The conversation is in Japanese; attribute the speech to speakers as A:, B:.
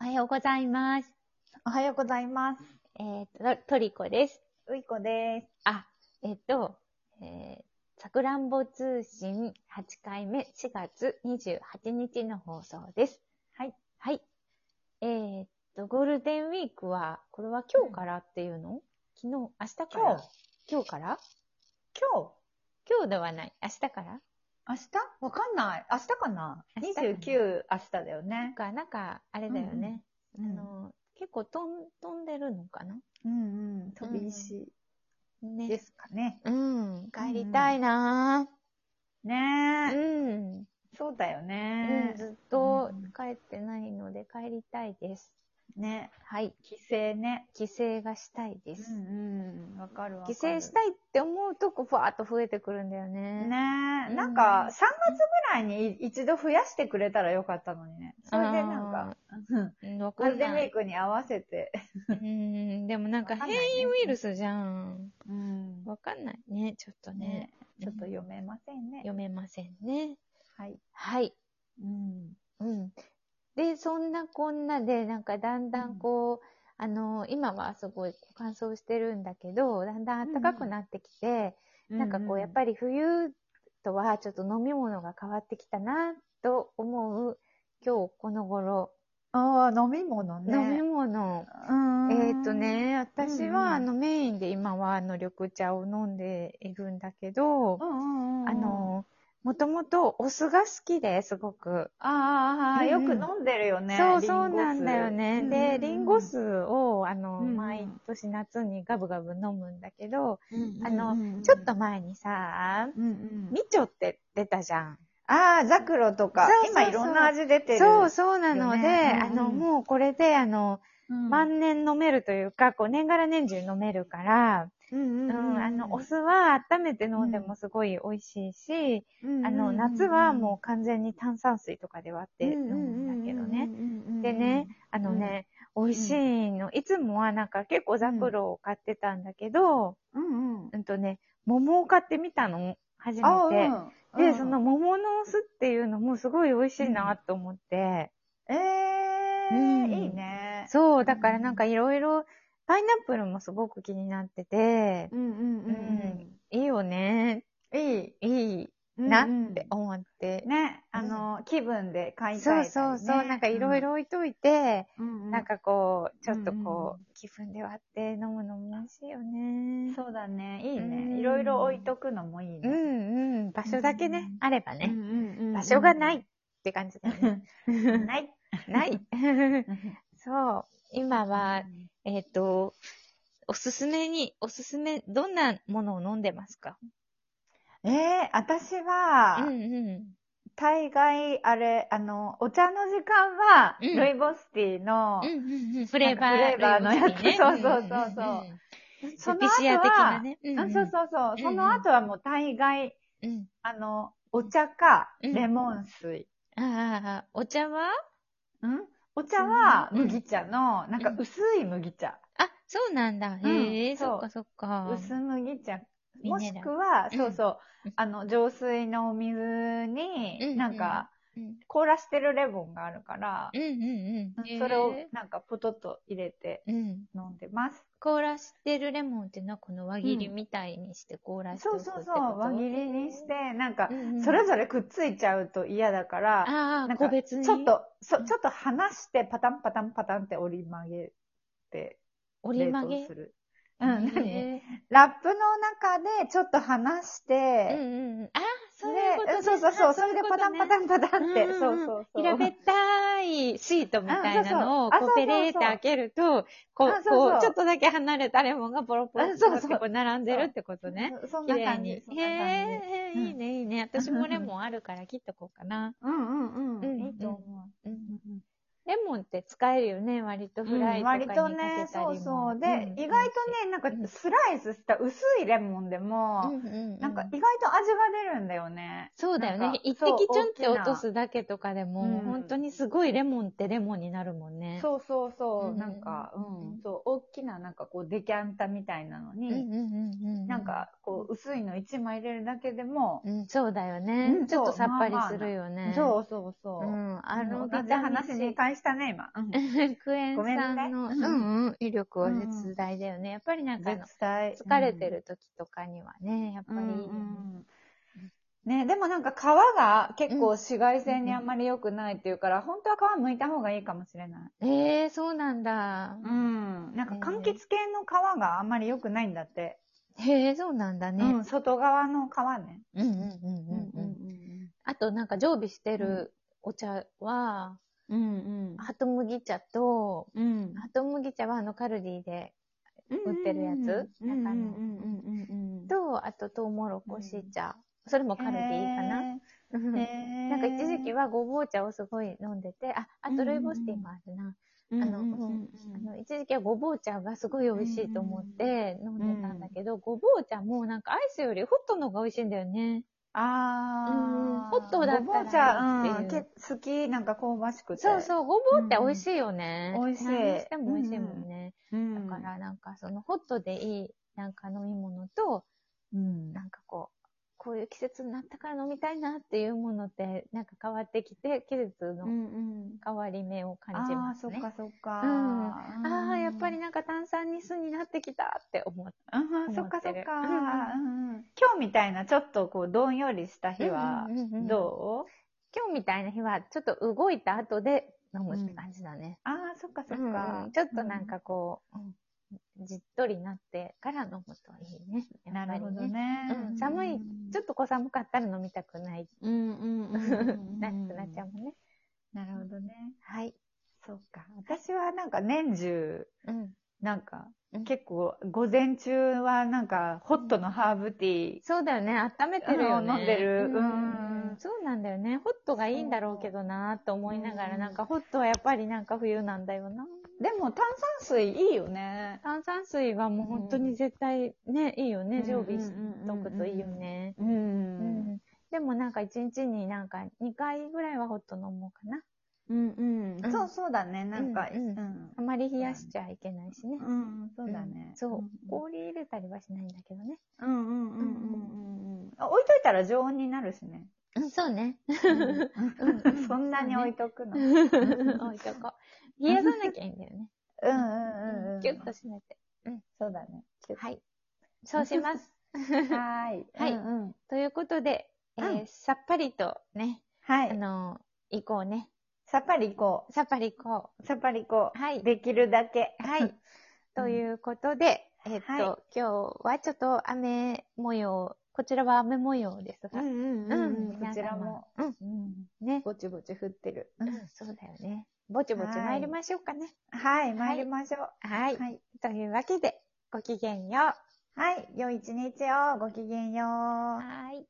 A: おはようございます。
B: おはようございます。
A: えーと、トリコです。
B: ういこです。
A: あ、えっ、と、えー、さくらんぼ通信8回目4月28日の放送です。
B: はい。
A: はい。えー、っと、ゴールデンウィークは、これは今日からっていうの、昨日、明日から
B: 今日
A: 今日から
B: 今
A: 今日ではない。明日から
B: 日明日わかんない。明日かな
A: 明日かな
B: ?29 明日だよ
A: なん
B: ね。
A: か、なんか、あれだよね。
B: うんうん
A: あの、結構飛ん飛んでるのかな
B: うんうん。飛び石
A: ね。
B: ですかね。
A: うん。帰りたいなぁ。
B: ねえ。
A: うん。
B: そうだよ
A: うん
B: ね。
A: ずっと帰ってないので帰りたいです。
B: ね。
A: はい。
B: 帰省ね。
A: 帰省がしたいで
B: う
A: す。
B: んうん。わかるわか
A: 帰
B: る。
A: 省したいって思うとこ、ふわーっと増えてくるんだよね。
B: ね
A: う
B: え。
A: ん
B: なんか、3月ぐらいにい一度増やしてくれたらよかったのにね。それでなんか、うん
A: うん。わ
B: ゴ
A: か
B: ール
A: ん
B: デンウ
A: な
B: ィー
A: い。
B: クに合わせて。
A: うん。でもなんか
B: わかんないね
A: 変異ウイルスじゃん。
B: うん。
A: わかんないね、ちょっとね
B: ね。ちょっと読めませんね。
A: 読めませんね。
B: はい。
A: はい。
B: うん。
A: うん。で、そんなこんなで、なんかだんだんこう、あの、今はすごい乾燥してるんだけど、だんだん暖かくなってきて、なんかこう、やっぱり冬とはちょっと飲み物が変わってきたなと思う、今日この頃。
B: ああ、飲み物ね。
A: 飲み物。
B: うん
A: えっ、と。ね、私はあ
B: うんうん
A: のメインで今はあの緑茶を飲んでいるんだけど
B: う、んうんうん。
A: あ、の、もともとお酢が好きですごく。
B: ああ、
A: うん
B: よ
A: うん
B: く飲んでるよね。
A: そうそうなんだよね。で、リンゴ酢をあの、
B: うんうん
A: 毎年夏にガブガブ飲むんだけど、あ
B: あ
A: のちょっと、前にさ、
B: うんうん
A: みちょって出たじゃん。
B: ああ、ザクロとか
A: そう、そうそう
B: 今いろんな味出てる。
A: そうそうなので、
B: よね
A: あ
B: うんうん
A: の、もうこれで、あの、
B: うん。
A: 万年飲めるというか、こう、年がら年中飲めるから、
B: うん
A: う、
B: うんん。
A: あの、お酢は温めて飲んでもすごい美味しいし、
B: うんうんうん、
A: あの、夏はもう完全に炭酸水とかで割って飲むんだけどね。
B: ね
A: でね、あのね、美味しいの。いつもはなんか結構ザクロを買ってたんだけど、
B: うんうん。
A: うんとね、桃を買ってみたの、初
B: あ
A: めて。
B: うん
A: で、その、桃のお酢っていうのもすごい美味しいなと思って、
B: ええ
A: うん
B: ー、いいね。
A: そう、だからなんかいろいろ、パイナップルもすごく気になってて、
B: うんうん
A: うんいいよね、
B: うん。いい。
A: いいな
B: な
A: って思って。
B: ね、あの、気分で買い
A: そ
B: た
A: う
B: い。
A: そうそう、なんかいろいろ置いといて、
B: うん、うん
A: なん、かこう、ちょっと
B: うん
A: こ
B: う
A: う、気分で割って飲むのも美味しいよね。
B: そうだね、いい
A: うん
B: ね。いろいろ置いとくのもいいうね。
A: んうん、場所だけね、
B: うん
A: あれば
B: う
A: ね、
B: んうんうん
A: 場所がない っ。て感じだよね。
B: ない。
A: ない。 そう、今は、えっ、と、おすすめに、おすすめ、どんなものを飲んでますか
B: えー、私は、
A: うんうん。
B: 大概、あれ、あの、お茶の時間は、
A: うん
B: ルイボスティーの、
A: うんうんうん、フレーバー。
B: フレーバーのやつ
A: ね
B: そうそうそうそう
A: そ
B: そ
A: のピ
B: の後は、
A: シア的なね。
B: う
A: うん
B: そうそうそう、
A: ん
B: その後はもう大概、
A: うん。
B: あの、お茶か、
A: うん
B: レモン水。
A: ああ、お茶は
B: んお茶は、
A: うん
B: 麦茶の、なんか薄い麦茶。
A: あ、そうなんだ。へえ、
B: うん
A: そっ
B: そ
A: か
B: う
A: そっか。
B: 薄麦茶。
A: ミ
B: も
A: ネ
B: し
A: ラル
B: くは、
A: うん
B: そうそう
A: うん、
B: あの、浄水のお水
A: うん
B: に、なんか、
A: うん
B: 凍らしてるレモンがあるから
A: う、んうんうん。
B: それを
A: へえ
B: なんかポトッと入れて
A: うん。
B: 飲んでます。
A: 凍らしてるレモンっていうのはこの輪切りみたいにして凍らして
B: そ
A: お
B: う
A: く
B: そう
A: って
B: そ
A: こと
B: う、輪切りにし。て、なんか
A: う、んうん
B: それぞれくっついちゃうと嫌だから、
A: あ
B: な
A: あ、
B: んか
A: 個別に。
B: ちょっ。と、そうちょっと離して、パタンパタンパタンって折り曲げて、
A: 折り
B: 冷
A: 曲
B: 凍
A: げ
B: す。る。うん、何
A: へえ
B: ラップの中でちょっと離して、
A: うんうんうん。ああ、そういうこと
B: で、
A: ね
B: うんそうそうそう、
A: あ
B: それで
A: いこ
B: パ
A: と
B: タン
A: ね
B: パタンパタンって、
A: うんうん
B: そう
A: うん
B: そうそう。
A: 平べったいシートみたいなのを、
B: あそ
A: こう、
B: うそ
A: ペ
B: う
A: レーって開けると、こう
B: あ、そうそう
A: こう、ちょっとだけ離れたレモンがポロポロ
B: あそう
A: って
B: そう
A: こう並んでるってことね。
B: うん。そん
A: 綺
B: な
A: 麗
B: 感
A: に
B: じ。。
A: へえ
B: え。、
A: へ
B: うん
A: えいいね、いいね。私もレモンあるから切っとこうかな。
B: うんう
A: う
B: んうんん。いいと思
A: う
B: う。
A: んレモンって使えるよね、割と
B: うん
A: フライとかに
B: 割
A: か
B: と
A: け
B: ね、
A: たりも
B: そうそう。で、
A: うん
B: 意外とね、なんか
A: うん
B: スライスした薄いレモンで
A: う
B: も、
A: んうんうん
B: なんか意外と味が出るんだよね。
A: そうだよ
B: なん
A: ね
B: か。
A: 一滴
B: そう
A: チュンって
B: 大
A: 落
B: きな
A: とすだけとかでも、
B: うん
A: 本当にすごいレモンってレモンになるもんね。
B: そうそう
A: う
B: そ
A: ん
B: う、なんか、
A: うん
B: うん、そう、大きななんかこうデキャンタみたいなの
A: うんう
B: に、
A: んうんうん。
B: なんかこう薄いの1枚入れるだけでも、
A: うん、そうだよね
B: う。ん
A: ちょっと
B: そう
A: さっぱり
B: まあまあ
A: するよね。
B: そうそうそうう。
A: ん、あの、
B: 同
A: ビ
B: じ
A: タミン
B: 話
A: C
B: 2回したね、今。うん
A: クエン
B: ごめんね
A: 酸の、
B: うん
A: うんうん、威力は絶大だよね。やっぱりなんかあの、
B: 絶対。
A: 疲れてる時とかにはね、やっぱ
B: うん。
A: りいいよ
B: う
A: ね。
B: んうんね、でもなんか皮が結構紫外線にあんまり良くないっていうから、本当は皮剥いた方がいいかもしれない。
A: えー、そうなんだ。
B: うん。なんか柑橘系の皮があんまり良くないんだって。
A: へえ、そうなんだ
B: う
A: ね。
B: ん、外側の皮ね。
A: うんうんうんうんうん。あとなんか常備してるお茶は、
B: うんうん。
A: ハトムギ茶と、
B: うん
A: ハトムギ茶はあのカルディで、
B: 売
A: ってるやつ
B: うんう
A: なん
B: ん
A: かあの
B: うんうんうん。
A: と、あとトウモロコシ茶。それもカルディかな。うん
B: な
A: なんか一時期
B: は、
A: はごぼう茶をすごい飲んでて、あ、あとルイボスティーもあるな。
B: うんうん
A: あの、
B: うんうん
A: あの一時期はごぼう茶がすごい美味しいと思って飲んでたんだけど、ごぼう茶もなんかアイスよりホットの方が美味しいんだよね。
B: あー
A: うんホットだったら
B: ごぼう
A: っ
B: 茶、う、
A: ていうん
B: け好き、なんか香ばしくて。
A: そうそう、ごぼうって美味しいよね。
B: うんうん美味しい
A: 何にしても美味しいもんね。
B: うん。
A: だからなんかそのホットでいいなんか飲み物と、
B: うん、
A: なんかこう、こういう季節になったから飲みたいなっていうものってなんか変わってきて、季節
B: う
A: の
B: んうん。
A: 変わり目を感じ
B: あ
A: ま
B: あ、
A: す
B: そっ
A: ね。
B: かそっか。
A: うんあ
B: う
A: あ、
B: ん
A: やっぱり。なんか炭酸に酢になってきたって思って。
B: ああ、そっかそ
A: 思っ
B: っ
A: てる
B: か。
A: う
B: うんん
A: う
B: うんん今日みたいな、ちょっとこう、どんよりした日は
A: うんうんうんうん、
B: どう
A: 今日みたいな日はちょっと動いた後で飲むって感じだね。
B: ああ、そっかそっ
A: うんう
B: か
A: ん。ちょっとなんかこう、うんじっとりなってから飲むといいね。
B: うん、
A: やっ
B: な
A: ぱ
B: る
A: り
B: ほど
A: ね。
B: ね
A: うん。寒いちょ
B: と
A: っとこう寒かったら飲みたくない。
B: うんうんうんうんうんう ん。
A: なくなっちゃうもんね。
B: なるほどね。
A: はい。
B: そうか。私はなんか年中、
A: うん。
B: なんか
A: うん、
B: 結構、午前中はなんか、ホットのハーブティー。
A: そうだよね。温めてるよね。
B: うん飲んでる
A: う
B: うん
A: そうなんだよね。ホットがいいんだろうけどなと思いながら、なんかホットはやっぱりなんか冬なんだよな。
B: でも炭酸水いいよね。
A: 炭酸水はもう本当に絶対ね、いいよね。常備しとくといいよね。
B: う。
A: うんん。でもなんか一日になんか2回ぐらいはホット飲もうかな。
B: うん
A: うん
B: そうそうだね。なんか、
A: う
B: うんん。
A: あまり冷やしちゃいけないしね。
B: うん、そうだね。
A: そう。氷入れたりはしないんだけどね。
B: うんうんうんうんうんうん。あ置いといたら常温になるしね。
A: うん、そうね。
B: そんなに置いとくの。うん
A: 置 いとこう。冷やさなきゃいいんだよね。
B: うんうんうん。
A: ギュッと締めて。
B: そうだね。キュッ
A: はい。そうします。
B: はーい。
A: はい
B: うんうん
A: ということで、えー
B: う
A: さっぱりとね、
B: は
A: あ
B: い。
A: のー行こうね。
B: さっぱりいこ
A: さっぱり行こ
B: う。さっぱりいこ
A: う。は
B: う。
A: い。
B: できるだけ。
A: はい。ということで、えっと、
B: はい
A: 今日はちょっと雨模様、こちらは雨模様ですが、
B: ん
A: 皆様
B: こちらも、
A: うん、ね、
B: ぼちぼち降ってる。
A: うん、そうだよね。ぼちぼち参りましょうかね。
B: はい、参りましょう。
A: はい。
B: はい。
A: というわけで、ごきげんよう。
B: はい、良い一日を、ごきげんよう。
A: はい。